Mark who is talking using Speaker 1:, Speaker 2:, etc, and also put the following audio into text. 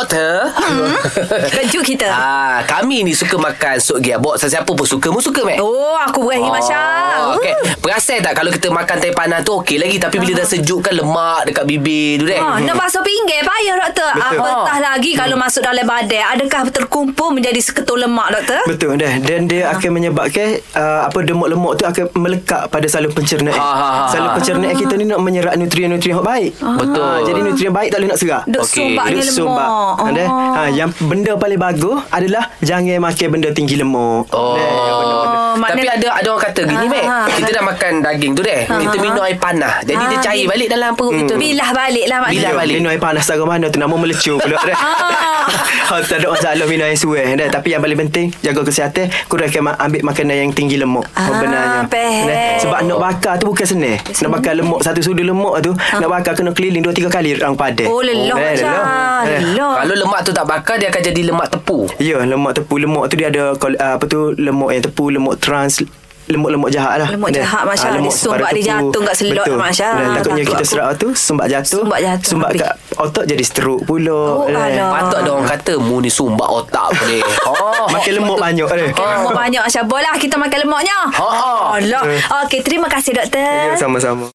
Speaker 1: Doktor hmm?
Speaker 2: Kejut kita
Speaker 1: ah, Kami ni suka makan Sup gearbox Sesiapa pun suka Mu suka Mac
Speaker 2: Oh aku berahi
Speaker 1: Ah,
Speaker 2: oh, Masya
Speaker 1: Okay. Perasan tak kalau kita makan teh panas tu okey lagi tapi
Speaker 2: Hmm.
Speaker 1: bila dah sejuk kan lemak dekat bibir tu Hmm. dek.
Speaker 2: Ha, nak basuh pinggir payah doktor.
Speaker 3: Betul.
Speaker 2: Apatah
Speaker 1: Hmm.
Speaker 2: lagi kalau masuk dalam badan. Adakah terkumpul menjadi seketul lemak doktor?
Speaker 3: Betul dah Dan dia akan menyebabkan uh, Apa demuk-lemuk tu Akan melekat pada saluran pencernaan
Speaker 1: Ah, ah, ah.
Speaker 3: Saluran pencernaan kita ni Nak menyerap nutrien-nutrien yang baik
Speaker 1: Betul.
Speaker 3: Ah, Jadi nutrien baik tak boleh nak serap
Speaker 1: Okey.
Speaker 2: Duk okay. sumbaknya
Speaker 3: Dia
Speaker 2: lemak.
Speaker 3: sumbak
Speaker 2: Oh.
Speaker 3: Ada? ha, Yang benda paling bagus Adalah Jangan makan benda tinggi lemak
Speaker 1: Oh.
Speaker 2: Oh,
Speaker 1: Tapi
Speaker 2: maknanya-
Speaker 1: ada ada orang kata gini
Speaker 2: Ah,
Speaker 1: Mac
Speaker 2: ah.
Speaker 1: Kita dah makan daging tu dek Kita minum air panas Jadi dia
Speaker 2: Ah,
Speaker 1: cair
Speaker 2: bi-
Speaker 1: balik dalam perut kita tu.
Speaker 2: Bilah balik lah
Speaker 1: Bilah
Speaker 2: maknanya.
Speaker 1: balik.
Speaker 3: Minum air panas Sarang mana tu Nama melecur pula dah. ha, Tak ada masalah minum air suai dah. Tapi yang paling penting Jaga kesihatan Kurangkan ma- ambil makanan yang tinggi lemak
Speaker 2: Ah,
Speaker 3: Sebenarnya
Speaker 2: peh.
Speaker 3: Dah. Sebab nak bakar tu bukan senang Nak bakar lemak Satu sudu lemak tu Nak bakar kena keliling Dua tiga kali orang Eh, padan
Speaker 2: Oh lelah
Speaker 3: Dah,
Speaker 2: macam.
Speaker 3: Dah.
Speaker 2: Lelah.
Speaker 1: Kalau lemak tu tak bakar Dia akan jadi lemak tepu
Speaker 3: Ya, lemak tepu lemak tu dia ada kol- ah, apa tu lemak yang tepu, lemak trans lemak-lemak jahat lah
Speaker 2: Lemak
Speaker 3: Dia-
Speaker 2: jahat, Masya
Speaker 3: ah,
Speaker 2: Allah.
Speaker 3: lemak
Speaker 2: Dia sumbat
Speaker 3: separuh
Speaker 2: dia
Speaker 3: tepu.
Speaker 2: jatuh kat selot,
Speaker 3: Betul.
Speaker 2: Masya
Speaker 3: Dan
Speaker 2: Allah.
Speaker 3: Takutnya
Speaker 2: Takut
Speaker 3: kita
Speaker 2: aku.
Speaker 3: serap tu Sumbat jatuh
Speaker 2: Sumbat jatuh,
Speaker 3: Sumbat
Speaker 2: habis.
Speaker 3: kat otak jadi stroke pula
Speaker 2: Oh,
Speaker 3: Eh.
Speaker 2: alah.
Speaker 1: Patut ada orang kata Mu ni sumbat otak pun ni oh,
Speaker 3: Makin lemak banyak eh.
Speaker 2: Makan lemak banyak Syabol lah Kita makan lemaknya
Speaker 1: Ha, ha.
Speaker 2: Allah Okey terima kasih doktor
Speaker 3: Ya, sama-sama